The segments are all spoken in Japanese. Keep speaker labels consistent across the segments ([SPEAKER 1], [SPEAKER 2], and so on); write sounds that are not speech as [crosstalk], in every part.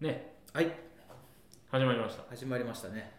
[SPEAKER 1] ね
[SPEAKER 2] はい
[SPEAKER 1] 始まりました
[SPEAKER 2] 始まりましたね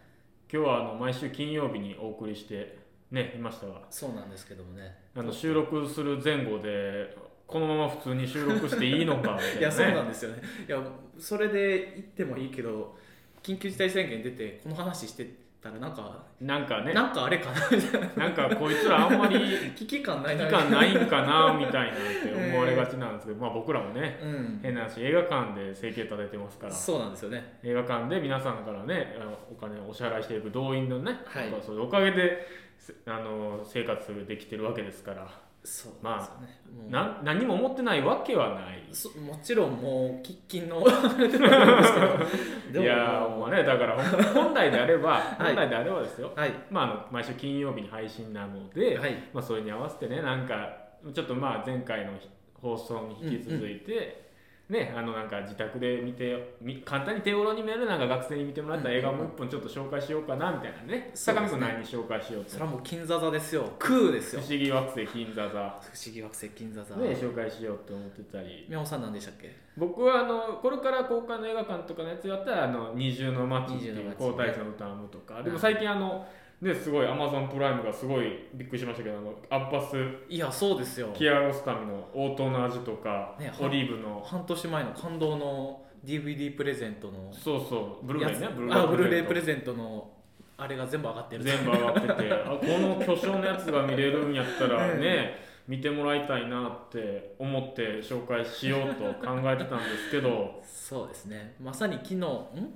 [SPEAKER 1] 今日はあの毎週金曜日にお送りしてねいましたが
[SPEAKER 2] そうなんですけどもね
[SPEAKER 1] あの収録する前後でこのまま普通に収録していいのかみたいな、ね、
[SPEAKER 2] いやそうなんですよねいやそれで行ってもいいけど緊急事態宣言出てこの話してたらなんか、
[SPEAKER 1] なんかね
[SPEAKER 2] なんかあれかなみたいな
[SPEAKER 1] なんかこいつらあんまり
[SPEAKER 2] 危機感ない
[SPEAKER 1] 期
[SPEAKER 2] な
[SPEAKER 1] 間ないんかなみたいなって思われがちなんですけど、まあ僕らもね
[SPEAKER 2] うん
[SPEAKER 1] 変な話映画館で生計立ててますから
[SPEAKER 2] そうなんですよね
[SPEAKER 1] 映画館で皆さんからねあのお金をお支払いしていく動員のね、
[SPEAKER 2] はい
[SPEAKER 1] そのおかげでせあの生活できてるわけですから、
[SPEAKER 2] そう
[SPEAKER 1] まあ
[SPEAKER 2] なんですよね、もう
[SPEAKER 1] な何も思ってないわけはない
[SPEAKER 2] そもちろんもう喫緊のあれではあるんですけど
[SPEAKER 1] いやーもうねだからほ
[SPEAKER 2] [laughs]
[SPEAKER 1] ん本来であれば、
[SPEAKER 2] い
[SPEAKER 1] 本来であればですよ、
[SPEAKER 2] はい
[SPEAKER 1] まあ、あの毎週金曜日に配信なので、
[SPEAKER 2] はい
[SPEAKER 1] まあ、それに合わせてねなんかちょっとまあ前回の放送に引き続いて、ねあのなんか自宅で見てみ簡単に手頃に見えるなんか学生に見てもらった映画もう一本ちょっと紹介しようかなみたいなね
[SPEAKER 2] そう
[SPEAKER 1] 坂
[SPEAKER 2] で
[SPEAKER 1] 見
[SPEAKER 2] すね
[SPEAKER 1] 君何に紹介しようと
[SPEAKER 2] それはもう金座座ですよ空です
[SPEAKER 1] 不
[SPEAKER 2] よ
[SPEAKER 1] 思議惑星金座座
[SPEAKER 2] 不思議惑星金座座
[SPEAKER 1] ね紹介しようと思ってたり
[SPEAKER 2] 宮本さん何でしたっけ
[SPEAKER 1] 僕はあのこれから公開の映画館とかのやつやったら「あの二重の街」ってい
[SPEAKER 2] 二重の
[SPEAKER 1] う
[SPEAKER 2] 街
[SPEAKER 1] 皇太子の歌を編むとか
[SPEAKER 2] い
[SPEAKER 1] でも最近あのねすごいアマゾンプライムがすごいびっくりしましたけどあのアッバス・
[SPEAKER 2] いやそうですよ
[SPEAKER 1] キアロスタミの「王道の味」とか、
[SPEAKER 2] ね
[SPEAKER 1] オリーブの
[SPEAKER 2] 半年前の感動の DVD プレゼントの
[SPEAKER 1] そうそうブルーレイね
[SPEAKER 2] やつあブルーレイプレ
[SPEAKER 1] ゼン
[SPEAKER 2] ゼントのあれが全部上がって
[SPEAKER 1] ト
[SPEAKER 2] る
[SPEAKER 1] 全部上がっててあこの巨匠のやつが見れるんやった
[SPEAKER 2] [laughs]
[SPEAKER 1] ら
[SPEAKER 2] うん
[SPEAKER 1] ね見てもらいたいなって思って紹介しようと考えてたんですけど
[SPEAKER 2] そうですねまさに昨日ん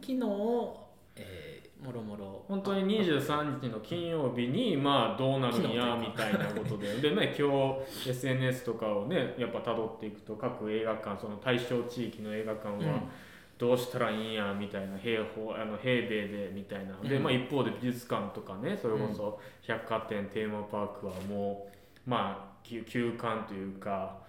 [SPEAKER 2] 昨日、えー、もろもろ
[SPEAKER 1] 本当に23日の金曜日にまあどうなるんやみたいなことででね今日 SNS とかをねやっぱ辿っていくと各映画館その対象地域の映画館
[SPEAKER 2] うん
[SPEAKER 1] はどうしたらいいんやみたいな平方あの平米でみたいなで、
[SPEAKER 2] うん
[SPEAKER 1] まあ、一方で美術館とかねそれこそ百貨店テーマパークはもうまあ休休館というか。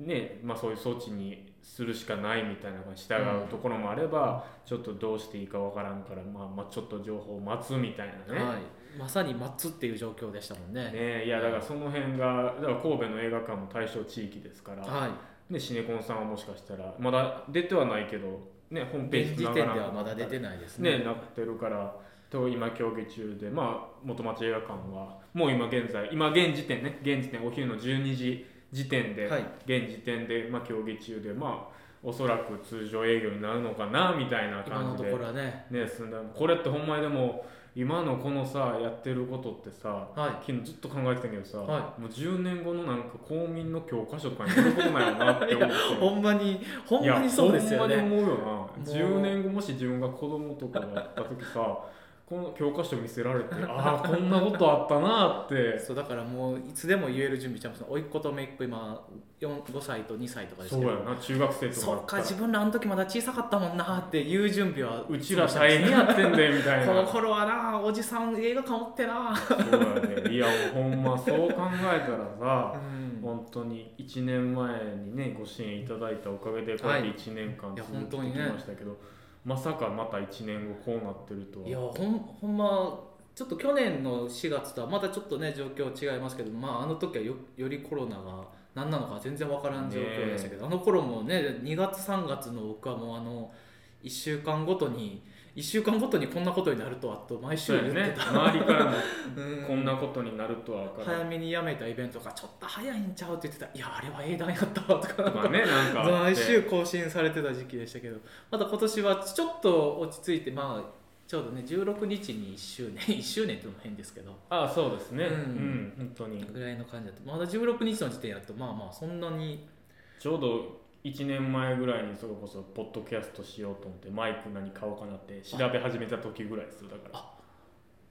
[SPEAKER 1] ねまあ、そういう措置にするしかないみたいなのが従うところもあれば、ちょっとどうしていいかわからんから、まあ、まあちょっと情報を待つみたいなね,、
[SPEAKER 2] はい、まさに待つっていう状況でしたもんね
[SPEAKER 1] ねいやだからその辺がだから神戸の映画館も対象地域ですから、
[SPEAKER 2] はい
[SPEAKER 1] ね、シネコンさんはもしかしたらまだ出てはないけど、ね、ホームページ
[SPEAKER 2] 現時
[SPEAKER 1] 繋
[SPEAKER 2] 点で
[SPEAKER 1] がらん
[SPEAKER 2] はまだ出てないですね
[SPEAKER 1] ね、なってるからと今競技中で、まあ、元町映画館はもう今現在今現時点ね現時点お昼の12時時点で、
[SPEAKER 2] はい
[SPEAKER 1] 現時点で、まあ、競技中でまあおそらく通常営業になるのかなみたいな
[SPEAKER 2] 今の
[SPEAKER 1] 感
[SPEAKER 2] と
[SPEAKER 1] じ
[SPEAKER 2] こ
[SPEAKER 1] で、
[SPEAKER 2] ろはね
[SPEAKER 1] ね、進んだこれってほんまにでも今のこのさやってることってさ
[SPEAKER 2] は
[SPEAKER 1] 昨日ずっと考えてたけどさ、
[SPEAKER 2] は
[SPEAKER 1] もう10年後のなんか公民の教科書とかに載ることないよなって思っ
[SPEAKER 2] い
[SPEAKER 1] て。
[SPEAKER 2] ほんまに [laughs] ほんまにそうですよ
[SPEAKER 1] いやほ
[SPEAKER 2] ね
[SPEAKER 1] んまに思うよ
[SPEAKER 2] う
[SPEAKER 1] な10年後もし自分が子供とかだった時さこの教科書見せられてああこんなことあったなって
[SPEAKER 2] そうだからもういつでも言える準備ちゃんと甥っ子と姪っ子今4 5歳と2歳とかです
[SPEAKER 1] そう
[SPEAKER 2] け
[SPEAKER 1] や
[SPEAKER 2] ど
[SPEAKER 1] な中学生とか
[SPEAKER 2] そ
[SPEAKER 1] だ
[SPEAKER 2] っ
[SPEAKER 1] った
[SPEAKER 2] から自分らあの時まだ小さかったもんなっていう準備は
[SPEAKER 1] うちら大変やってんでみたい
[SPEAKER 2] この
[SPEAKER 1] な
[SPEAKER 2] 頃はなおじさん映画館おってな、
[SPEAKER 1] そうやねいやもうほんまそう考えたらさ
[SPEAKER 2] うん
[SPEAKER 1] 本当に1年前にねご支援いただいたおかげでこうやって1年間
[SPEAKER 2] いや
[SPEAKER 1] 続けてきましたけど、まさかまた1年後こうなってるとはい
[SPEAKER 2] やほんほんまちょっと去年の4月とはまたちょっとね状況違いますけど、まあ、あの時はよよりコロナが何なのか全然分からん状況でしたけど、あの頃もね2月3月の僕はもうあの1週間ごとに1週間ごとにこんなことになるとはと毎
[SPEAKER 1] そ
[SPEAKER 2] 週
[SPEAKER 1] う
[SPEAKER 2] 言
[SPEAKER 1] や
[SPEAKER 2] っ
[SPEAKER 1] ね
[SPEAKER 2] てた、
[SPEAKER 1] 周りからも
[SPEAKER 2] うん
[SPEAKER 1] こんなことになるとは分から
[SPEAKER 2] 早めにやめたイベントがちょっと早いんちゃうって言ってた「いやあれは英断やったわ」とか
[SPEAKER 1] んとかねなんかあっ
[SPEAKER 2] 毎
[SPEAKER 1] て
[SPEAKER 2] 週更新されてた時期でしたけどまた今年はちょっと落ち着いてまあちょうどね16日に1周年1 [laughs] 周年ってのも変ですけど
[SPEAKER 1] ああそうですね
[SPEAKER 2] う
[SPEAKER 1] うんん、本当に
[SPEAKER 2] ぐらいの感じだとまだ16日の時点だとまあまあそんなに
[SPEAKER 1] ちょうど1年前ぐらいにそれこそポッドキャストしようと思ってマイク何買おうかなって調べ始めた時ぐらいですよだからだか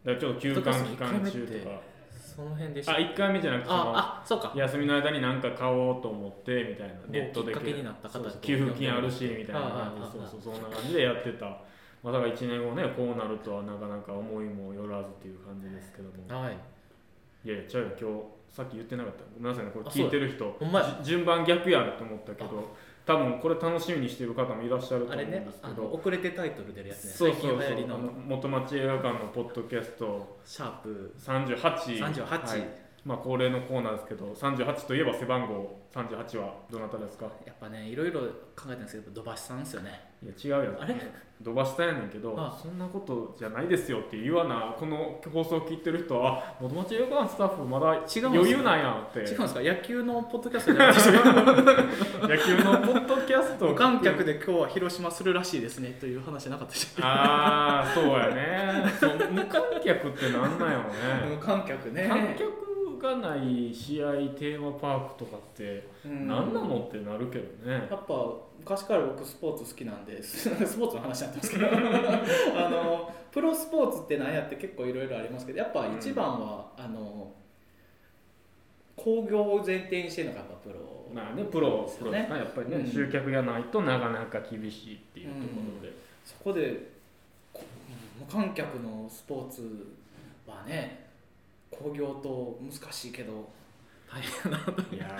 [SPEAKER 1] らちょっと休館期間中とか
[SPEAKER 2] その辺でした
[SPEAKER 1] あ1回目じゃなくてその
[SPEAKER 2] ああそうか
[SPEAKER 1] 休みの間に何か買おうと思ってみたいなネットで
[SPEAKER 2] もうきっかけになった方
[SPEAKER 1] そうそう
[SPEAKER 2] と
[SPEAKER 1] 給付金あるしみたいな
[SPEAKER 2] あああ
[SPEAKER 1] 感
[SPEAKER 2] あ
[SPEAKER 1] じでそうそうそんな感じでやってたまさか1年後ねこうなるとはなかなか思いもよらずっていう感じですけども
[SPEAKER 2] はい
[SPEAKER 1] いやいや違うよ今日さっき言ってなかったごめんなさいねこれ
[SPEAKER 2] あ
[SPEAKER 1] 聞いてる人
[SPEAKER 2] ほんまや
[SPEAKER 1] じ順番逆やんと思ったけど多分これ楽しみにしてる方もいらっしゃると
[SPEAKER 2] あ
[SPEAKER 1] 思う
[SPEAKER 2] れ
[SPEAKER 1] んで
[SPEAKER 2] ね
[SPEAKER 1] すけ
[SPEAKER 2] あの
[SPEAKER 1] ど
[SPEAKER 2] 遅れてタイトル出るやつね
[SPEAKER 1] そう
[SPEAKER 2] 最
[SPEAKER 1] そう
[SPEAKER 2] 近
[SPEAKER 1] そう
[SPEAKER 2] 流行り
[SPEAKER 1] あ
[SPEAKER 2] の
[SPEAKER 1] の元町映画館のポッドキャスト
[SPEAKER 2] シャープ
[SPEAKER 1] 38
[SPEAKER 2] 38、
[SPEAKER 1] はいまあ、恒例のコーナーですけど38といえば背番号38はどなたですか
[SPEAKER 2] やっぱねいろいろ考えてるんですけど土橋さんですよね
[SPEAKER 1] いや違うよ
[SPEAKER 2] あれ
[SPEAKER 1] 土橋さんやねんけど
[SPEAKER 2] あ
[SPEAKER 1] そんなことじゃないですよって言わなこの放送を聞いてる人はあ元町横浜スタッフまだ
[SPEAKER 2] すね
[SPEAKER 1] 余裕なんやって
[SPEAKER 2] 違うんですか野球のポッドキャストじゃないですよ
[SPEAKER 1] 野球のポッドキャストを聞
[SPEAKER 2] 無
[SPEAKER 1] く
[SPEAKER 2] 観客で今日は広島するらしいですねという話じゃなかったでし
[SPEAKER 1] ああそうやねそう無観客ってなんなんやろ
[SPEAKER 2] ょ
[SPEAKER 1] ね
[SPEAKER 2] 無観客ね
[SPEAKER 1] 観客がない試合テーマパークとかって
[SPEAKER 2] うん
[SPEAKER 1] 何なのってなるけどね
[SPEAKER 2] やっぱ昔から僕スポーツ好きなんです [laughs] スポーツの話になってますけ [laughs] どあのプロスポーツって何やって結構いろいろありますけどやっぱ一番は、あの興行を前提にしてるのがやっぱプロ
[SPEAKER 1] まあねプロ
[SPEAKER 2] です
[SPEAKER 1] プ
[SPEAKER 2] よ
[SPEAKER 1] ロ
[SPEAKER 2] ね
[SPEAKER 1] ですかやっぱりね、
[SPEAKER 2] うん
[SPEAKER 1] 集客がないとなかなか厳しいっていうところで、
[SPEAKER 2] そこでこ無観客のスポーツはね興行と難しいけど大変だなと
[SPEAKER 1] いやーま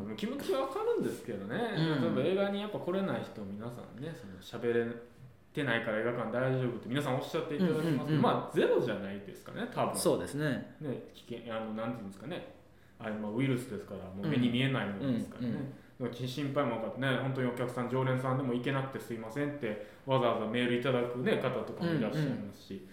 [SPEAKER 1] あでも気持ちはわかるんですけどね、
[SPEAKER 2] うん
[SPEAKER 1] 例えば映画にやっぱ来れない人皆さんねその喋れてないから映画館大丈夫って皆さんおっしゃっていただきますけど、
[SPEAKER 2] うんうんうん
[SPEAKER 1] まあゼロじゃないですかね多分
[SPEAKER 2] そうですね
[SPEAKER 1] ね、危険あのなんていうんですかねあれまあウイルスですからもう目に見えないものですからね、
[SPEAKER 2] うんうん
[SPEAKER 1] だから心配も分かってね本当にお客さん常連さんでも行けなくてすいませんってわざわざメールいただく、ね、方とかもいらっしゃいますし、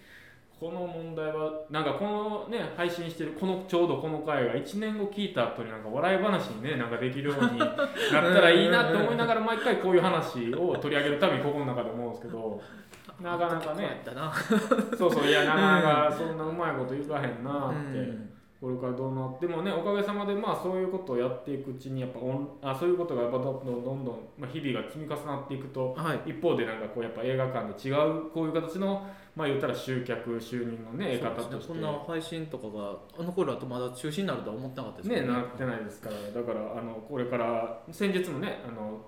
[SPEAKER 1] この問題はなんかこのね配信してるこのちょうどこの回が1年後聞いた後になんか笑い話にねなんかできるようになったらいいなって思いながら毎回こういう話を取り上げるたびに心の中で思うんですけどなかなかね
[SPEAKER 2] だな
[SPEAKER 1] そうそういやなかなかそんなうまいこと言わへんなって。
[SPEAKER 2] うん
[SPEAKER 1] これからどうなってもねおかげさまでまあそういうことをやっていくうちにやっぱオンあそういうことがやっぱどんどんどんどん、まあ、日々が積み重なっていくと
[SPEAKER 2] はい
[SPEAKER 1] 一方でなんかこうやっぱ映画館で違うこういう形のまあ言ったら集客収入のね得方
[SPEAKER 2] そう
[SPEAKER 1] と
[SPEAKER 2] です
[SPEAKER 1] し
[SPEAKER 2] ね、こ
[SPEAKER 1] て
[SPEAKER 2] んな配信とかがあの頃だとまだ中止になるとは思ってなかったです
[SPEAKER 1] ねなってないですからだからあのこれから先日もねあの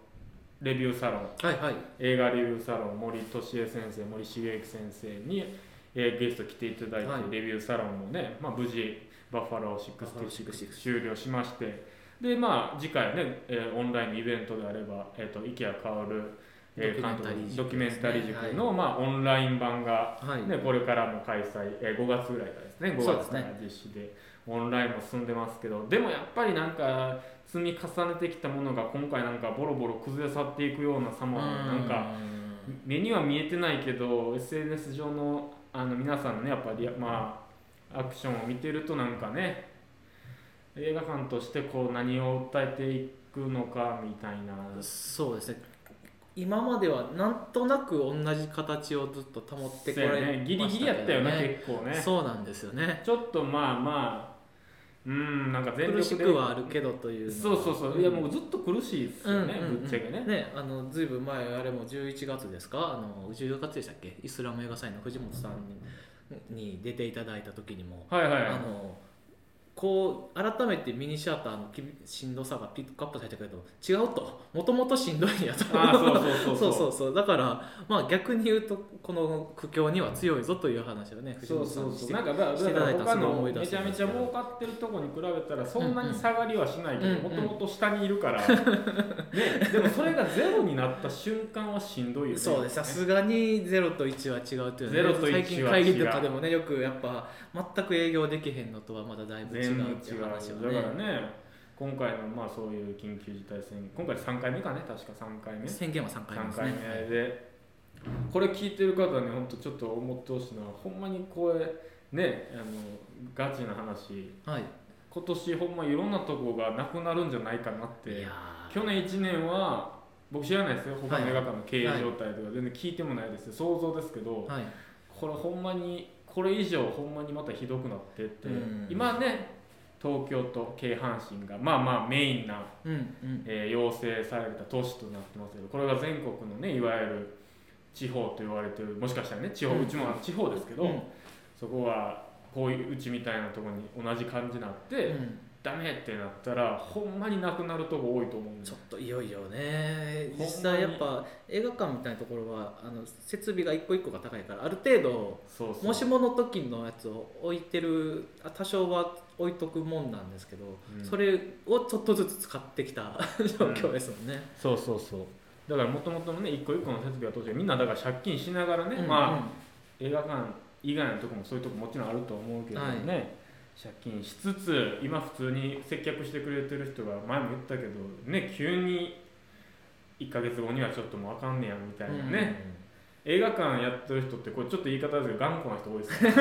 [SPEAKER 1] レビューサロン
[SPEAKER 2] はいはい
[SPEAKER 1] 映画レビューサロン森俊恵先生森重之先生に、えーゲスト来ていただいて、
[SPEAKER 2] はい
[SPEAKER 1] レビューサロンもね、まあ、無事バッファロ
[SPEAKER 2] バッファロー
[SPEAKER 1] ー66
[SPEAKER 2] 66
[SPEAKER 1] 終了しましてでまあ次回ね、えーオンラインのイベントであれば、えー、と池谷薫、えー監督のド
[SPEAKER 2] ド
[SPEAKER 1] キ
[SPEAKER 2] キ
[SPEAKER 1] ュ
[SPEAKER 2] ュ
[SPEAKER 1] メ
[SPEAKER 2] メ
[SPEAKER 1] ン
[SPEAKER 2] ン
[SPEAKER 1] タ
[SPEAKER 2] タ
[SPEAKER 1] リ
[SPEAKER 2] リ
[SPEAKER 1] ー
[SPEAKER 2] ー塾ですね
[SPEAKER 1] 塾の、まあ、オンライン版が
[SPEAKER 2] はい、
[SPEAKER 1] ね、これからも開催、えー5月ぐらいからですね5
[SPEAKER 2] そうで
[SPEAKER 1] 月
[SPEAKER 2] す
[SPEAKER 1] か
[SPEAKER 2] ね
[SPEAKER 1] ら実施でオンラインも進んでますけどでもやっぱりなんか積み重ねてきたものが今回なんかボロボロ崩れ去っていくような様はなんか目には見えてないけど SNS 上のあの皆さんのねやっぱりまあアクションを見てるとなんかね映画館としてこう何を訴えていくのかみたいな
[SPEAKER 2] うんそうですね今まではなんとなく同じ形をずっと保ってこ
[SPEAKER 1] そうや
[SPEAKER 2] れ
[SPEAKER 1] ねギリギリやったよね
[SPEAKER 2] ましたけ
[SPEAKER 1] 結構
[SPEAKER 2] ど
[SPEAKER 1] ね
[SPEAKER 2] そうなんですよね
[SPEAKER 1] ちょっとまあまあうんなんか全力
[SPEAKER 2] 苦
[SPEAKER 1] で
[SPEAKER 2] しくはあるけどというの
[SPEAKER 1] そう
[SPEAKER 2] は
[SPEAKER 1] そうそういやもうずっと苦しいですよね、
[SPEAKER 2] うんうんうん
[SPEAKER 1] ぶっちゃけね
[SPEAKER 2] ねあのずいぶん前あれも11月ですかあの10月でしたっけイスラム映画祭の藤本さんにに出ていただいた時にも
[SPEAKER 1] はいはい
[SPEAKER 2] あのこう改めてミニシアターのきしんどさがピックアップされたけど違うともともとしんどいんやと
[SPEAKER 1] あーそうそうそうそう
[SPEAKER 2] そ
[SPEAKER 1] う
[SPEAKER 2] そうそうだから、まあ、逆に言うとこの苦境には強いぞという話をね藤
[SPEAKER 1] そ
[SPEAKER 2] 本
[SPEAKER 1] う
[SPEAKER 2] さ
[SPEAKER 1] そ
[SPEAKER 2] ん
[SPEAKER 1] う
[SPEAKER 2] にし
[SPEAKER 1] そう
[SPEAKER 2] て
[SPEAKER 1] なんかだ
[SPEAKER 2] していた
[SPEAKER 1] か
[SPEAKER 2] だい
[SPEAKER 1] ら
[SPEAKER 2] た
[SPEAKER 1] 他
[SPEAKER 2] それを
[SPEAKER 1] の
[SPEAKER 2] 思い出
[SPEAKER 1] め
[SPEAKER 2] すん
[SPEAKER 1] ちゃめ
[SPEAKER 2] で
[SPEAKER 1] ち
[SPEAKER 2] すけ
[SPEAKER 1] ゃ
[SPEAKER 2] ど
[SPEAKER 1] 儲かってるとこに比べたらそんなに下がりはしないけ
[SPEAKER 2] うん
[SPEAKER 1] ど
[SPEAKER 2] うん
[SPEAKER 1] もともと下にいるから、
[SPEAKER 2] [laughs]
[SPEAKER 1] ね、でもそれがゼロになった瞬間はしんどいよね
[SPEAKER 2] そうですさすがに0と1は違うというのは
[SPEAKER 1] 0と1は違う
[SPEAKER 2] 最近会議とかでもねよくやっぱ全く営業できへんのとはまだだいぶ違
[SPEAKER 1] 全部違
[SPEAKER 2] う
[SPEAKER 1] う
[SPEAKER 2] っていう話を
[SPEAKER 1] だから
[SPEAKER 2] ね
[SPEAKER 1] ね今回のまあそういう緊急事態宣言今回3回目かね確か3回目
[SPEAKER 2] 宣言は3回目で
[SPEAKER 1] 3
[SPEAKER 2] す
[SPEAKER 1] 回
[SPEAKER 2] ね
[SPEAKER 1] 目でこれ聞いてる方はねほんとちょっと思ってほしいのはほんまにこれねあのガチな話
[SPEAKER 2] はい、
[SPEAKER 1] 今年ほんまいろんなとこがなくなるんじゃないかなっ
[SPEAKER 2] い
[SPEAKER 1] て
[SPEAKER 2] や
[SPEAKER 1] 去年1年は僕知らないですよ他の映画館の経営
[SPEAKER 2] はい
[SPEAKER 1] 状態とか全然聞いてもないですよ想像ですけど、
[SPEAKER 2] ーはい
[SPEAKER 1] これほんまにこれ以上ほんまにまたひどくなってって、
[SPEAKER 2] うん
[SPEAKER 1] 今ね東京と京阪神がまあまあメインな
[SPEAKER 2] うんうん
[SPEAKER 1] えー要請された都市となってますけどこれが全国のねいわゆる地方と言われてるもしかしたらね地方、
[SPEAKER 2] う
[SPEAKER 1] うんちも地方ですけど、
[SPEAKER 2] うん
[SPEAKER 1] そこはこういううちみたいなところに同じ感じになって、
[SPEAKER 2] うん
[SPEAKER 1] ダメってなったらほんまになくなるとこ多いと思うんです
[SPEAKER 2] ちょ
[SPEAKER 1] よ
[SPEAKER 2] っといよいよね
[SPEAKER 1] ほんまに
[SPEAKER 2] 実際やっぱ映画館みたいなところはあの設備が一個一個が高いからある程度
[SPEAKER 1] そうそう
[SPEAKER 2] もしもの時のやつを置いてるあ多少は置いとくもんなんですけど、
[SPEAKER 1] うん
[SPEAKER 2] それをちょっとずつ使ってきた [laughs] 状況ですもんね。
[SPEAKER 1] そうそうそうだからもともとのね一個一個の設備は当時みんなだから借金しながらね、
[SPEAKER 2] うん
[SPEAKER 1] まあ映画館以外のとこもそういうとこもちろんあると思うけどね、借金しつつ今普通に接客してくれてる人が前も言ったけどね急に1ヶ月後にはちょっともうあかんねやみたいなね、映画館やってる人ってこれちょっと言い方ですけど頑固な人多いです
[SPEAKER 2] [laughs]
[SPEAKER 1] ね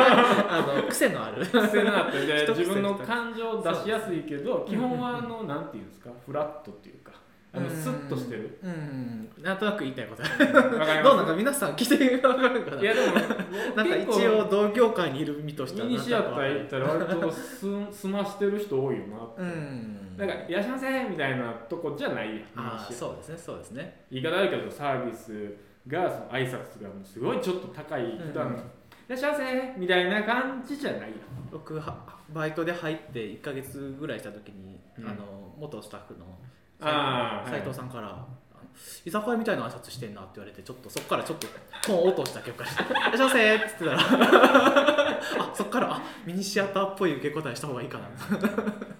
[SPEAKER 2] あの癖のある
[SPEAKER 1] 癖なってで
[SPEAKER 2] 一癖
[SPEAKER 1] 自分の感情を出しやすいけど基本はあのなんていうんですかフラットっていうかあのスッとして
[SPEAKER 2] [laughs]
[SPEAKER 1] る
[SPEAKER 2] うんなんとなく言いたいことある
[SPEAKER 1] わかり
[SPEAKER 2] どうな
[SPEAKER 1] ま
[SPEAKER 2] んか皆さん聞いて分かるか
[SPEAKER 1] す
[SPEAKER 2] ない
[SPEAKER 1] やでも
[SPEAKER 2] なんか
[SPEAKER 1] 結
[SPEAKER 2] 一
[SPEAKER 1] 構
[SPEAKER 2] 応同業界にいる身として
[SPEAKER 1] ミニシアター行ったら割とす
[SPEAKER 2] [laughs]
[SPEAKER 1] ん済ましてる人多いよなって、
[SPEAKER 2] うん
[SPEAKER 1] なんか「いらっしゃいませ」みたいなとこじゃないやんミニ
[SPEAKER 2] ああ
[SPEAKER 1] シア
[SPEAKER 2] そうですねそうですね
[SPEAKER 1] 言い方あるけどサービスがその挨拶がもうすごいちょっと高い普段、
[SPEAKER 2] うん
[SPEAKER 1] いらっしゃいませ」みたいな感じじゃないやん
[SPEAKER 2] 僕はバイトで入って1か月ぐらいした時に、
[SPEAKER 1] うん
[SPEAKER 2] あの元スタッフの
[SPEAKER 1] あー
[SPEAKER 2] 斉藤さんから、あの居酒屋みたいな挨拶してんなって言われてちょっとそっからちょっとコーン落とした記憶がして「いらっ [laughs] しゃいませ」っつってたらあそっから [laughs] あミニシアターっぽい受け答えした方がいいかな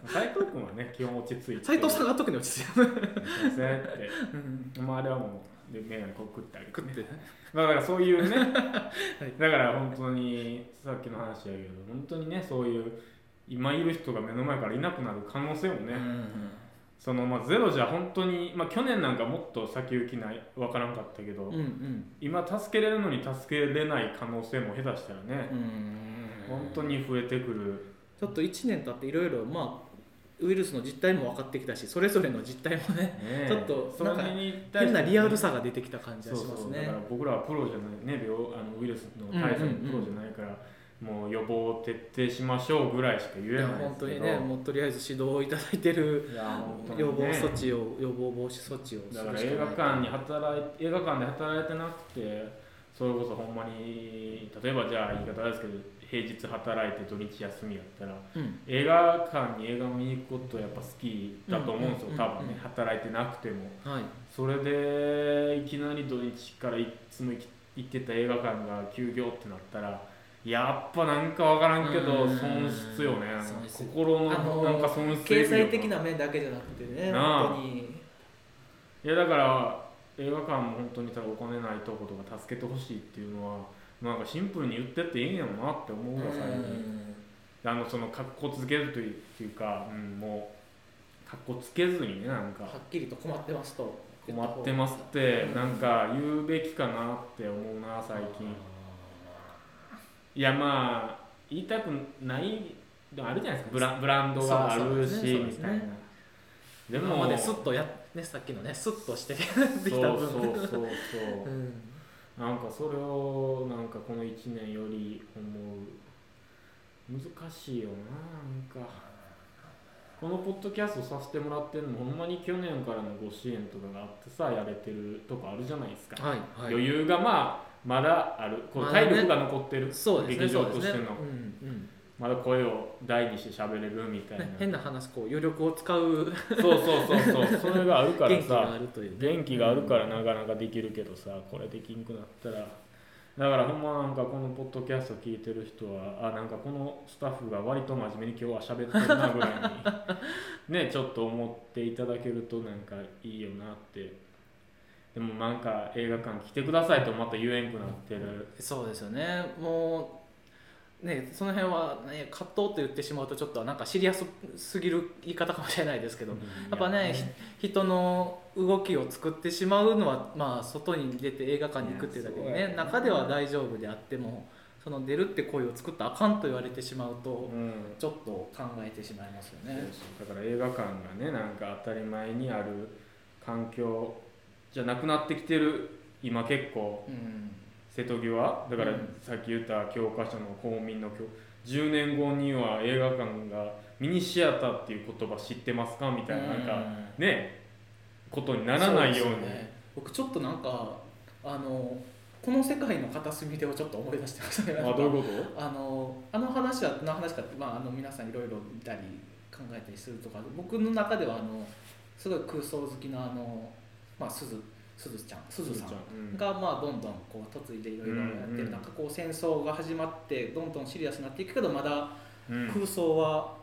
[SPEAKER 1] 斉藤君はね基本落ち着いて
[SPEAKER 2] 斉藤さんが特に落ち着
[SPEAKER 1] [laughs]
[SPEAKER 2] いてる
[SPEAKER 1] 先生ってまああれはもうで眼鏡こう食ってあげて
[SPEAKER 2] 食って
[SPEAKER 1] まあだからそういうね、だから本当にさっきの話やけど本当にねそういう今いる人が目の前からいなくなる可能性もね、
[SPEAKER 2] うん
[SPEAKER 1] そのまあゼロじゃ本当にまあ去年なんかもっと先行きないわからんかったけど、
[SPEAKER 2] うんうん
[SPEAKER 1] 今助けれるのに助けれない可能性も下手したらね、本当に増えてくる
[SPEAKER 2] ちょっと1年経っていろいろまあウイルスの実態も分かってきたしそれぞれの実態もね
[SPEAKER 1] ね
[SPEAKER 2] ちょっと
[SPEAKER 1] それに対し
[SPEAKER 2] 変
[SPEAKER 1] て
[SPEAKER 2] なリアルさが出てきた感じ
[SPEAKER 1] そ
[SPEAKER 2] が
[SPEAKER 1] う
[SPEAKER 2] し
[SPEAKER 1] そう
[SPEAKER 2] ます
[SPEAKER 1] だ
[SPEAKER 2] ね
[SPEAKER 1] から僕らはプロじゃないね病あのウイルスの対策のプロじゃないから、もう予防を徹底しましょうぐらいしか言え
[SPEAKER 2] いや
[SPEAKER 1] ない
[SPEAKER 2] 本
[SPEAKER 1] です
[SPEAKER 2] 当
[SPEAKER 1] け
[SPEAKER 2] に
[SPEAKER 1] ど
[SPEAKER 2] ねもうとりあえず指導をいただいてる
[SPEAKER 1] いや本当にね
[SPEAKER 2] 予防措置を予防防止措置をす
[SPEAKER 1] だ
[SPEAKER 2] る
[SPEAKER 1] から
[SPEAKER 2] しかない
[SPEAKER 1] 映画館に働い映画館で働いてなくてそれこそほんまに例えばじゃあ言い方ですけど平日働いて土日休みやったら
[SPEAKER 2] うん
[SPEAKER 1] 映画館に映画見に行くことやっぱ好きだと思うんですよ、
[SPEAKER 2] うんうんうんうん
[SPEAKER 1] 多分ね働いてなくても
[SPEAKER 2] はい
[SPEAKER 1] それでいきなり土日からいつも行き行ってた映画館が休業ってなったらやっぱなんかわからんけど
[SPEAKER 2] うん
[SPEAKER 1] 損失よね
[SPEAKER 2] 損失
[SPEAKER 1] 心の
[SPEAKER 2] あの
[SPEAKER 1] なんか損失
[SPEAKER 2] 経済
[SPEAKER 1] い
[SPEAKER 2] 的
[SPEAKER 1] うか
[SPEAKER 2] な面だけじゃなくてね
[SPEAKER 1] なあ
[SPEAKER 2] 本当に
[SPEAKER 1] いやだから映画館も本当にただお金ないとことか助けてほしいっていうのはなんかシンプルに言ってっていいんやろなって思うわ最近あのその格好つけるというっていうか、うん、もう格好つけずにねなんか
[SPEAKER 2] はっきりと困ってますと
[SPEAKER 1] 困ってますってなんか言うべきかなって思うな最近いやまあ言いたくないでもあるじゃないですかブラブランドがある
[SPEAKER 2] そうそう
[SPEAKER 1] し
[SPEAKER 2] そう
[SPEAKER 1] み
[SPEAKER 2] です
[SPEAKER 1] た
[SPEAKER 2] ね
[SPEAKER 1] いなで
[SPEAKER 2] で
[SPEAKER 1] も
[SPEAKER 2] もスッとやねさっきのねスッとしてできた
[SPEAKER 1] そう
[SPEAKER 2] 分
[SPEAKER 1] そうそうそう
[SPEAKER 2] うん
[SPEAKER 1] なんかそれをなんかこの1年より思う難しいよななんかこのポッドキャストさせてもらってるのほんまに去年からのご支援とかがあってさやれてるとこあるじゃないですか、
[SPEAKER 2] はいはい
[SPEAKER 1] 余裕がまあまだあるこう
[SPEAKER 2] まだね
[SPEAKER 1] 体力が残ってる、
[SPEAKER 2] そうですね
[SPEAKER 1] 劇場
[SPEAKER 2] そう
[SPEAKER 1] と
[SPEAKER 2] で
[SPEAKER 1] しての
[SPEAKER 2] すねうんうん
[SPEAKER 1] まだ声を大にして喋れるみたいな、
[SPEAKER 2] ね [laughs] 変な話こう余力を使う
[SPEAKER 1] そうそうそうそうそれがあるか
[SPEAKER 2] 元
[SPEAKER 1] ら
[SPEAKER 2] 気が
[SPEAKER 1] さ
[SPEAKER 2] あるというね
[SPEAKER 1] 元気があるからなかなかできるけどさこれできんくなったらだからほんまなんかこのポッドキャスト聞いてる人はあなんかこのスタッフが割と真面目に今日は喋ってるなぐらい
[SPEAKER 2] [laughs]
[SPEAKER 1] にねちょっと思っていただけるとなんかいいよなってでもなんか映画館来てくださいとまた言えんくなってる
[SPEAKER 2] そうですよねもうねその辺は、ね、葛藤って言ってしまうとちょっとなんかシリアスすぎる言い方かもしれないですけど、やっぱねひ人の動きを作ってしまうのは、まあ、外に出て映画館に行くっていうだけで
[SPEAKER 1] いや
[SPEAKER 2] ね
[SPEAKER 1] そうや
[SPEAKER 2] 中では大丈夫であってもその出るって行為を作ったらあかんと言われてしまう
[SPEAKER 1] う
[SPEAKER 2] と
[SPEAKER 1] ん
[SPEAKER 2] ちょっと考えてしまいますよね。
[SPEAKER 1] だから映画館がねなんか当たり前にある環境じゃなくなってきてる今結構
[SPEAKER 2] うん
[SPEAKER 1] 瀬戸際だから
[SPEAKER 2] うん
[SPEAKER 1] さっき言った教科書の公民の教10年後には映画館がミニシアターっていう言葉知ってますかみたいななんか
[SPEAKER 2] うん
[SPEAKER 1] ねことにならないよう
[SPEAKER 2] そ
[SPEAKER 1] に
[SPEAKER 2] ですね僕ちょっとなんかあのこの世界の片隅でをちょっと思い出してましたね
[SPEAKER 1] あどういうこと
[SPEAKER 2] あのあの話は何の話かって、まあ、あの皆さんいろいろ見たり考えたりするとか僕の中ではあのすごい空想好きなあの、まあ、すずすずちゃんすずさん
[SPEAKER 1] うん
[SPEAKER 2] がまあどんどんこう嫁いでいろいろやって
[SPEAKER 1] うんうん
[SPEAKER 2] るなんかこう戦争が始まってどんどんシリアスになっていくけどまだ
[SPEAKER 1] うん
[SPEAKER 2] 空想は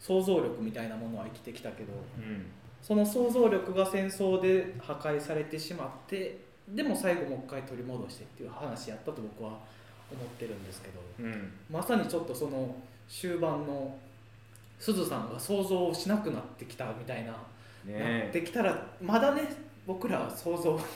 [SPEAKER 2] 想像力みたいなものは生きてきたけど
[SPEAKER 1] うん
[SPEAKER 2] その想像力が戦争で破壊されてしまってでも最後もう一回取り戻してっていう話やったと僕は思ってるんですけど。
[SPEAKER 1] うん
[SPEAKER 2] まさにちょっとその終盤のすずさんが想像をしなくなってきたみたいな、なっ
[SPEAKER 1] ね
[SPEAKER 2] てきたらまだね僕らは想像 [laughs]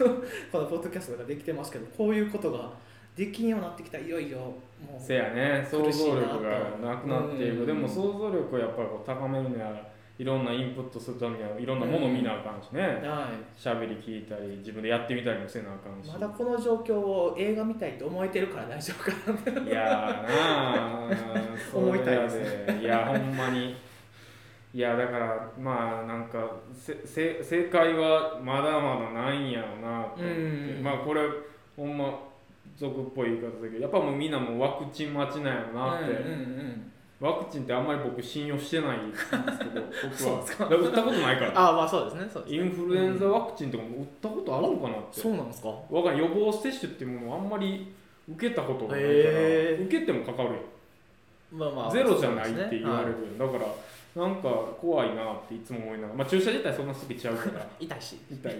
[SPEAKER 2] このポッドキャストができてますけどこういうことができんようになってきたいよいよもう
[SPEAKER 1] せやね想
[SPEAKER 2] 苦しい
[SPEAKER 1] 像
[SPEAKER 2] なと
[SPEAKER 1] 力がなくなっていく
[SPEAKER 2] うん
[SPEAKER 1] でも想像力をやっぱりこう高めるにはいろんなインプットするためにはいろんなものを見なあかんしね
[SPEAKER 2] はい
[SPEAKER 1] 喋、り聞いたり自分でやってみたりもせなあかんし、
[SPEAKER 2] まだこの状況を映画みたいと思えてるから大丈夫かな
[SPEAKER 1] いやーなあ
[SPEAKER 2] [laughs] 思いたいです
[SPEAKER 1] ねいやほんまにいやだからまあなんかせせ正解はまだまだないんやろうなと思って
[SPEAKER 2] うん
[SPEAKER 1] まあこれほんま俗っぽい言い方だけどやっぱもうみんなもうワクチン [laughs] 待ちなんやろうなって、
[SPEAKER 2] うんうんうん、
[SPEAKER 1] ワクチンってあんまり僕信用してないんですけど
[SPEAKER 2] [laughs] そうです
[SPEAKER 1] 僕はだから打ったことないから
[SPEAKER 2] ああまあそうですねそうです
[SPEAKER 1] イ
[SPEAKER 2] ね
[SPEAKER 1] ンフルエンザワクチンとかも打ったことあるのかなって
[SPEAKER 2] そうなんですか
[SPEAKER 1] わかんない予防接種っていうものをあんまり受けたことがないから、
[SPEAKER 2] へー
[SPEAKER 1] 受けてもかかるやん
[SPEAKER 2] まあまあ
[SPEAKER 1] ゼロじゃない
[SPEAKER 2] そうです
[SPEAKER 1] っ
[SPEAKER 2] ね
[SPEAKER 1] て言われる
[SPEAKER 2] は、
[SPEAKER 1] だからなんか怖いなっていつも思いながら、まあ、注射自体そんなすぐちゃうから
[SPEAKER 2] い痛いし
[SPEAKER 1] 痛いし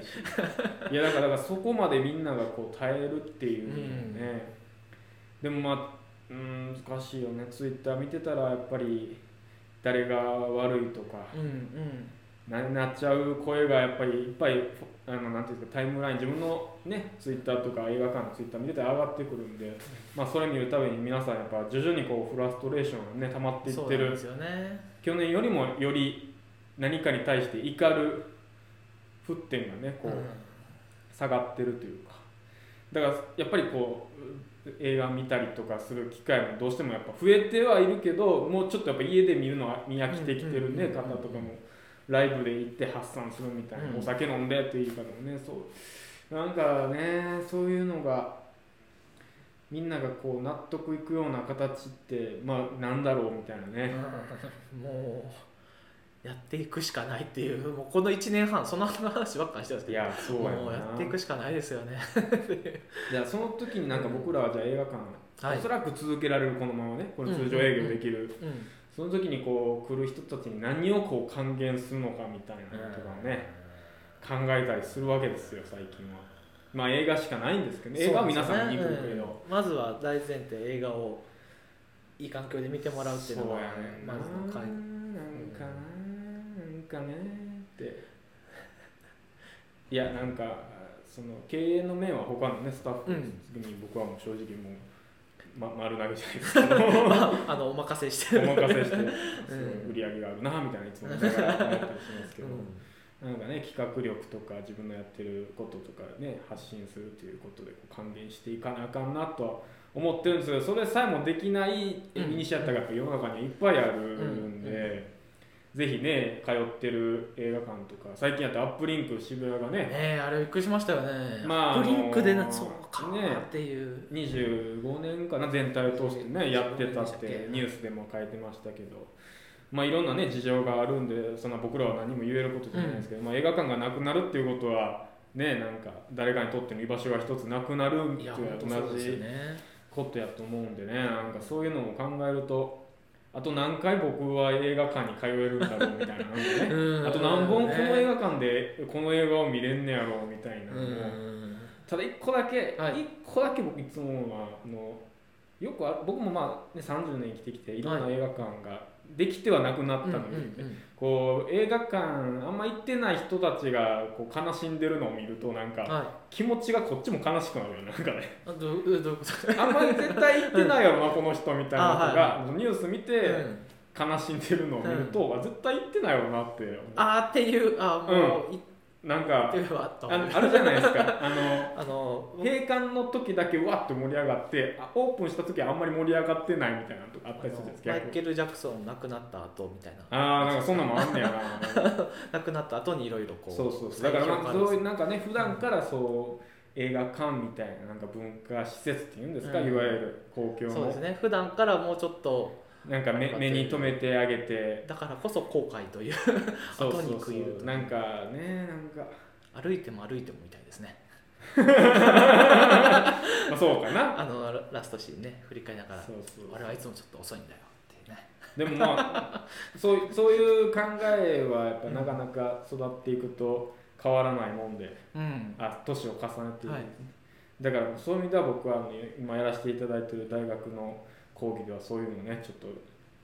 [SPEAKER 1] いやだからだからそこまでみんながこう耐えるっていうのはね、でもまあうん難しいよねツイッター見てたらやっぱり誰が悪いとか
[SPEAKER 2] うんうん
[SPEAKER 1] ななっちゃう声がやっぱりいっぱいあのなんていうんですかタイムライン自分のねツイッターとか映画館のツイッター見てて上がってくるんで、まあ、それ見るたびに皆さんやっぱ徐々にこうフラストレーションがね溜まっていっ
[SPEAKER 2] そう
[SPEAKER 1] て
[SPEAKER 2] なん
[SPEAKER 1] る
[SPEAKER 2] ですよね
[SPEAKER 1] 去年よりもより何かに対して怒る沸点がねこう下がってるというかだからやっぱりこう映画見たりとかする機会もどうしてもやっぱ増えてはいるけどもうちょっとやっぱ家で見るのは見飽きてきてるね
[SPEAKER 2] うんうんうん
[SPEAKER 1] 方とかもライブで行って発散するみたいな、
[SPEAKER 2] うん
[SPEAKER 1] お酒飲んでっていう言い方もねそうなんかねそういうのがみんながこう納得いくような形ってまあなんだろうみたいなね、
[SPEAKER 2] うん [laughs] もうやっていくしかないっていうもうこの1年半その話ばっかりしてるんです
[SPEAKER 1] い
[SPEAKER 2] けど
[SPEAKER 1] やそうや
[SPEAKER 2] も
[SPEAKER 1] な
[SPEAKER 2] うやっていくしかないですよね
[SPEAKER 1] じゃあその時になんか僕らはじゃあ映画館、
[SPEAKER 2] はい
[SPEAKER 1] おそらく続けられるこのままねこの通常営業できる、
[SPEAKER 2] うん
[SPEAKER 1] その時にこう来る人たちに何をこう還元するのかみたいなことがね、考えたりするわけですよ最近はまあ映画しかないんですけど、ね、映画は皆さん見に来るけど、
[SPEAKER 2] うんまずは大前提映画をいい環境で見てもらうっていうのが
[SPEAKER 1] そうやねんな
[SPEAKER 2] まずの回
[SPEAKER 1] なんかななんかねっていやなんかその経営の面は他のねスタッフに僕はもう正直もう、ま、丸投げじゃないですけど
[SPEAKER 2] まああのお任せして
[SPEAKER 1] お
[SPEAKER 2] る
[SPEAKER 1] 任せして、
[SPEAKER 2] うん
[SPEAKER 1] 売り上げがあるなみたいないつも思いながら思ったりしますけ
[SPEAKER 2] う
[SPEAKER 1] ど、
[SPEAKER 2] ん
[SPEAKER 1] なんかね企画力とか自分のやってることとかね発信するということでこう還元していかなあかんなとは思ってるんですけどそれさえもできないイ
[SPEAKER 2] うん
[SPEAKER 1] ニシアターがやっぱ世の中にはいっぱいあるんで、
[SPEAKER 2] うん
[SPEAKER 1] ぜひね通ってる映画館とか最近やったアップリンク渋谷が
[SPEAKER 2] ね
[SPEAKER 1] ね
[SPEAKER 2] えあれびっくりしましたよね、
[SPEAKER 1] まあ
[SPEAKER 2] アップリンクで
[SPEAKER 1] あ
[SPEAKER 2] な
[SPEAKER 1] の
[SPEAKER 2] そうか
[SPEAKER 1] ねえ
[SPEAKER 2] っていう、
[SPEAKER 1] 25年かな全体を通してねやってたってニュースでも書いてましたけど。まあ、いろんなね事情があるんでそんな僕らは何も言えることじゃないですけど、まあ、映画館がなくなるっていうことはねなんか誰かにとっての居場所が一つなくなるって
[SPEAKER 2] い
[SPEAKER 1] いう
[SPEAKER 2] や
[SPEAKER 1] の
[SPEAKER 2] 本当
[SPEAKER 1] は
[SPEAKER 2] そう
[SPEAKER 1] 同
[SPEAKER 2] ですよ
[SPEAKER 1] じ
[SPEAKER 2] ね
[SPEAKER 1] ことやと思うんでねなんかそういうのを考えるとあと何回僕は映画館に通えるんだろうみたいななんかね
[SPEAKER 2] [laughs] うん
[SPEAKER 1] あと何本この映
[SPEAKER 2] ね
[SPEAKER 1] 画館でこの映画を見れんねやろうみたいな
[SPEAKER 2] う
[SPEAKER 1] のを
[SPEAKER 2] ん
[SPEAKER 1] ただ一個だけ、一
[SPEAKER 2] はい
[SPEAKER 1] 個だけ僕いつも思うのはあのよくある僕もまあ、ね、30年生きてきていろんな映画館ができてはなくなったのに、
[SPEAKER 2] うん
[SPEAKER 1] こう映画館あんま行ってない人たちがこう悲しんでるのを見るとなん
[SPEAKER 2] うん
[SPEAKER 1] か
[SPEAKER 2] はい
[SPEAKER 1] 気持ちがこっちも悲しくなるよねなんか
[SPEAKER 2] [laughs]
[SPEAKER 1] ね
[SPEAKER 2] あどうどういうこと
[SPEAKER 1] あんまり絶対行ってないやろなこの人みたいなの
[SPEAKER 2] あ
[SPEAKER 1] が、ニュース見て
[SPEAKER 2] うん
[SPEAKER 1] 悲しんでるのを見ると、あ絶対行ってないやろなって思う
[SPEAKER 2] あーっていうあもう言
[SPEAKER 1] なんか
[SPEAKER 2] ってはあった
[SPEAKER 1] ああるじゃないですかあの
[SPEAKER 2] あの
[SPEAKER 1] 閉館の時だけわっと盛り上がってあオープンした時はあんまり盛り上がってないみたいなのとかあったりするんですけど
[SPEAKER 2] マイケル・ジャクソン亡くなった後みたいな
[SPEAKER 1] ああなんかそんなもんあんねやな
[SPEAKER 2] 亡くなった後にいろいろこう
[SPEAKER 1] [laughs] そうそうそうだからまあ
[SPEAKER 2] 再評価
[SPEAKER 1] そういうなんかね普段からそう映画館みたいななんか文化施設っていうんですか、
[SPEAKER 2] うん
[SPEAKER 1] いわゆる公共
[SPEAKER 2] そうです
[SPEAKER 1] の、
[SPEAKER 2] ね普段からもうちょっと
[SPEAKER 1] なんか目目に留めてあげて
[SPEAKER 2] だからこそ後悔という
[SPEAKER 1] そう
[SPEAKER 2] 後
[SPEAKER 1] そ
[SPEAKER 2] に
[SPEAKER 1] うそ
[SPEAKER 2] 食い入る
[SPEAKER 1] う
[SPEAKER 2] と
[SPEAKER 1] なんかねなんか、
[SPEAKER 2] 歩いても歩いてもみたいですね
[SPEAKER 1] まあ、そうかな
[SPEAKER 2] あのララストシーンね振り返りながら
[SPEAKER 1] そうそう
[SPEAKER 2] 俺はいつもちょっと遅いんだよってね
[SPEAKER 1] でもま [laughs] あそういそういう考えはやっぱなかなか育っていくと変わらないもんで、
[SPEAKER 2] うん
[SPEAKER 1] あ年を重ねている、
[SPEAKER 2] はい
[SPEAKER 1] だからそういう意味では僕はあの今やらせていただいている大学の講義ではそういうのをねちょっと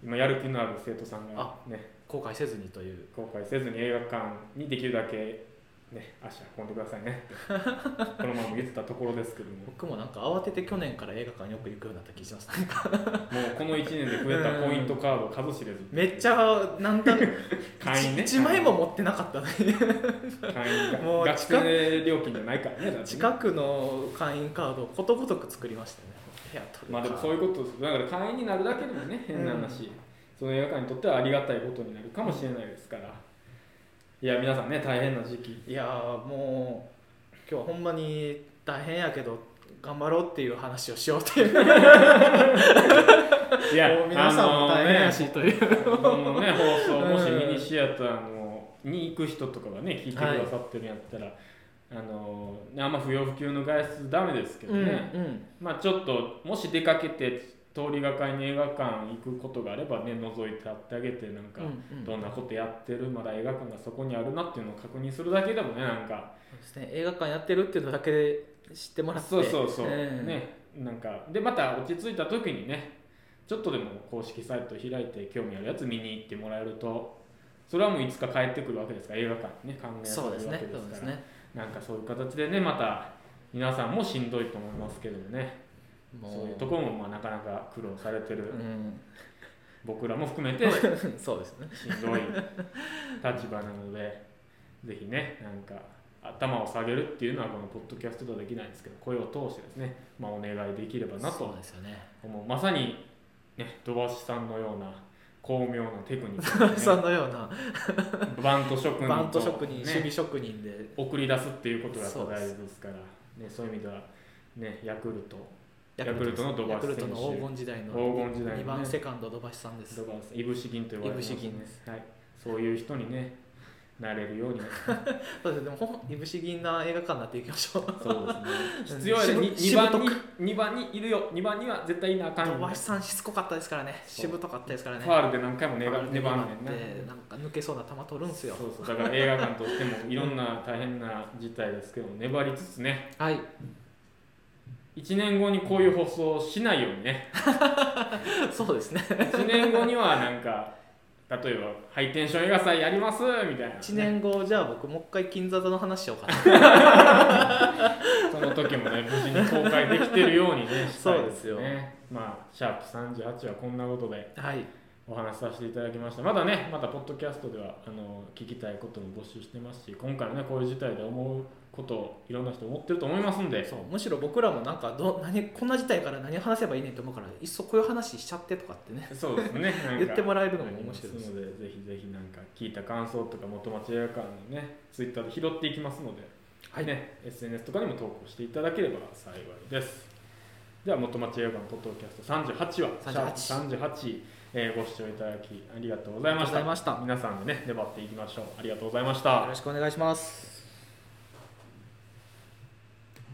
[SPEAKER 1] 今やる気のある生徒さんが、ね、
[SPEAKER 2] 後悔せずにという
[SPEAKER 1] 後悔せずに映画館にできるだけ、ね、足運んでくださいねって [laughs] このまま言ってたところですけども
[SPEAKER 2] 僕もなんか慌てて去年から映画館によく行くようになった気しますね
[SPEAKER 1] もうこの1年で増えたポイントカード数知れず
[SPEAKER 2] めっちゃなん [laughs] だ
[SPEAKER 1] 会員ね
[SPEAKER 2] 1枚も持ってなかったね
[SPEAKER 1] 会員が
[SPEAKER 2] もう
[SPEAKER 1] 学生料金じゃないからねだってね
[SPEAKER 2] 近くの会員カードをことごとく作りましたね部屋取る
[SPEAKER 1] まあでもそういうことですだから会員になるだけでもね変な話、その映画館にとってはありがたいことになるかもしれないですからいや皆さんね大変な時期
[SPEAKER 2] いやーもう今日はほんまに大変やけど頑張ろうっていう話をしようっていう
[SPEAKER 1] い
[SPEAKER 2] もう皆さんも大変やしという、
[SPEAKER 1] このね放送
[SPEAKER 2] うん
[SPEAKER 1] [laughs] もしミニシアターのに行く人とかがね聞いてくださってるんやったら、あのねあんま不要不急の外出ダメですけど
[SPEAKER 2] うんう
[SPEAKER 1] ね、
[SPEAKER 2] ん
[SPEAKER 1] まあちょっともし出かけて通りがかりに映画館行くことがあればね覗いてやってあげてなんか、
[SPEAKER 2] うんうん
[SPEAKER 1] どんなことやってるまだ映画館がそこにあるなっていうのを確認するだけでもねなんか
[SPEAKER 2] そうですね、映画館やってるっていうのだけで知ってもらって
[SPEAKER 1] そうそうそう、
[SPEAKER 2] うん
[SPEAKER 1] ねなんかでまた落ち着いた時にねちょっとでも公式サイト開いて興味あるやつ見に行ってもらえるとそれはもういつか帰ってくるわけですから映画館にね考え
[SPEAKER 2] そうですね
[SPEAKER 1] わけで
[SPEAKER 2] そ
[SPEAKER 1] す
[SPEAKER 2] うで
[SPEAKER 1] か
[SPEAKER 2] す
[SPEAKER 1] ら
[SPEAKER 2] ね
[SPEAKER 1] なんかそういう形でねまた皆さんもしんどいと思いますけどもねそういうところもまあなかなか苦労されてる、
[SPEAKER 2] うん
[SPEAKER 1] 僕らも含めて
[SPEAKER 2] [laughs] そうですね
[SPEAKER 1] しんどい立場なのでぜひねなんか頭を下げるっていうのはこのポッドキャストではできないんですけど声を通してですね、まあ、お願いできればな
[SPEAKER 2] そう
[SPEAKER 1] と
[SPEAKER 2] ですよ [laughs] ね
[SPEAKER 1] 思うまさに、ね、土橋さんのような巧妙なテクニック
[SPEAKER 2] [laughs] 田
[SPEAKER 1] です
[SPEAKER 2] さん
[SPEAKER 1] ね
[SPEAKER 2] のような
[SPEAKER 1] バント職人と、ね、
[SPEAKER 2] バント職人、守備職人で
[SPEAKER 1] 送り出すっていうことがやっぱ
[SPEAKER 2] そうで
[SPEAKER 1] 大
[SPEAKER 2] す
[SPEAKER 1] 事ですからね、そういう意味では、ね、ヤクルト
[SPEAKER 2] ヤ
[SPEAKER 1] クルトの土橋選手
[SPEAKER 2] ヤクルトの黄金時代の
[SPEAKER 1] 黄金時代のね
[SPEAKER 2] 2番セカンド土橋さんです
[SPEAKER 1] 土橋さんいぶし銀と呼ばれてますね
[SPEAKER 2] いぶし銀です
[SPEAKER 1] はい、そういう人にねなれるように
[SPEAKER 2] そうですねでもほんいぶし銀な映画館になっていきましょう
[SPEAKER 1] そうですね。必
[SPEAKER 2] 必
[SPEAKER 1] 要
[SPEAKER 2] 要
[SPEAKER 1] や
[SPEAKER 2] や
[SPEAKER 1] で
[SPEAKER 2] で
[SPEAKER 1] に
[SPEAKER 2] し
[SPEAKER 1] 二
[SPEAKER 2] ぶ
[SPEAKER 1] 番
[SPEAKER 2] と
[SPEAKER 1] に二番にいるよ。二番には絶対いなあかんよ、
[SPEAKER 2] 土橋さんしつこかったですからねしぶとかったですからね
[SPEAKER 1] ファールで何回も粘
[SPEAKER 2] 粘って
[SPEAKER 1] 粘んねんな。
[SPEAKER 2] なんか抜けそうな球取るんすよ
[SPEAKER 1] そうそう。だから映画館としてもいろんな大変な事態ですけど粘りつつね。
[SPEAKER 2] はい [laughs]
[SPEAKER 1] 1年後にこういう放送をしないようにね
[SPEAKER 2] [laughs] そうですね
[SPEAKER 1] 1年後にはなんか例えばハイテンション映画祭やりますみたいな、ね、
[SPEAKER 2] 1年後じゃあ僕もう一回金座座の話しようかな
[SPEAKER 1] その時もね無事に公開できてるようにねしたい
[SPEAKER 2] そうです
[SPEAKER 1] ねまあシャープ38はこんなことで
[SPEAKER 2] はい
[SPEAKER 1] お話しさせていただきましたまだねまたポッドキャストではあの聞きたいことも募集してますし今回のねこういう事態で思うことをいろんな人思ってると思いますんで
[SPEAKER 2] そうむしろ僕らもなんかど何こんな事態から何話せばいいねって思うからいっそこういう話しちゃってとかってね
[SPEAKER 1] そうですね [laughs] なんか
[SPEAKER 2] 言ってもらえるのも面白いです
[SPEAKER 1] ありますのでぜひぜひなんか聞いた感想とか元町映画館のねツイッターで拾っていきますので、
[SPEAKER 2] はい
[SPEAKER 1] ね、SNS とかにも投稿していただければ幸いですでは元町映画館ポッドキャスト38話
[SPEAKER 2] 38
[SPEAKER 1] シャープ38、えーご視聴いただきありがとうございまし
[SPEAKER 2] ありがとうございましたた
[SPEAKER 1] 皆さんでね粘っていきましょうありがとうございました
[SPEAKER 2] よろしくお願いします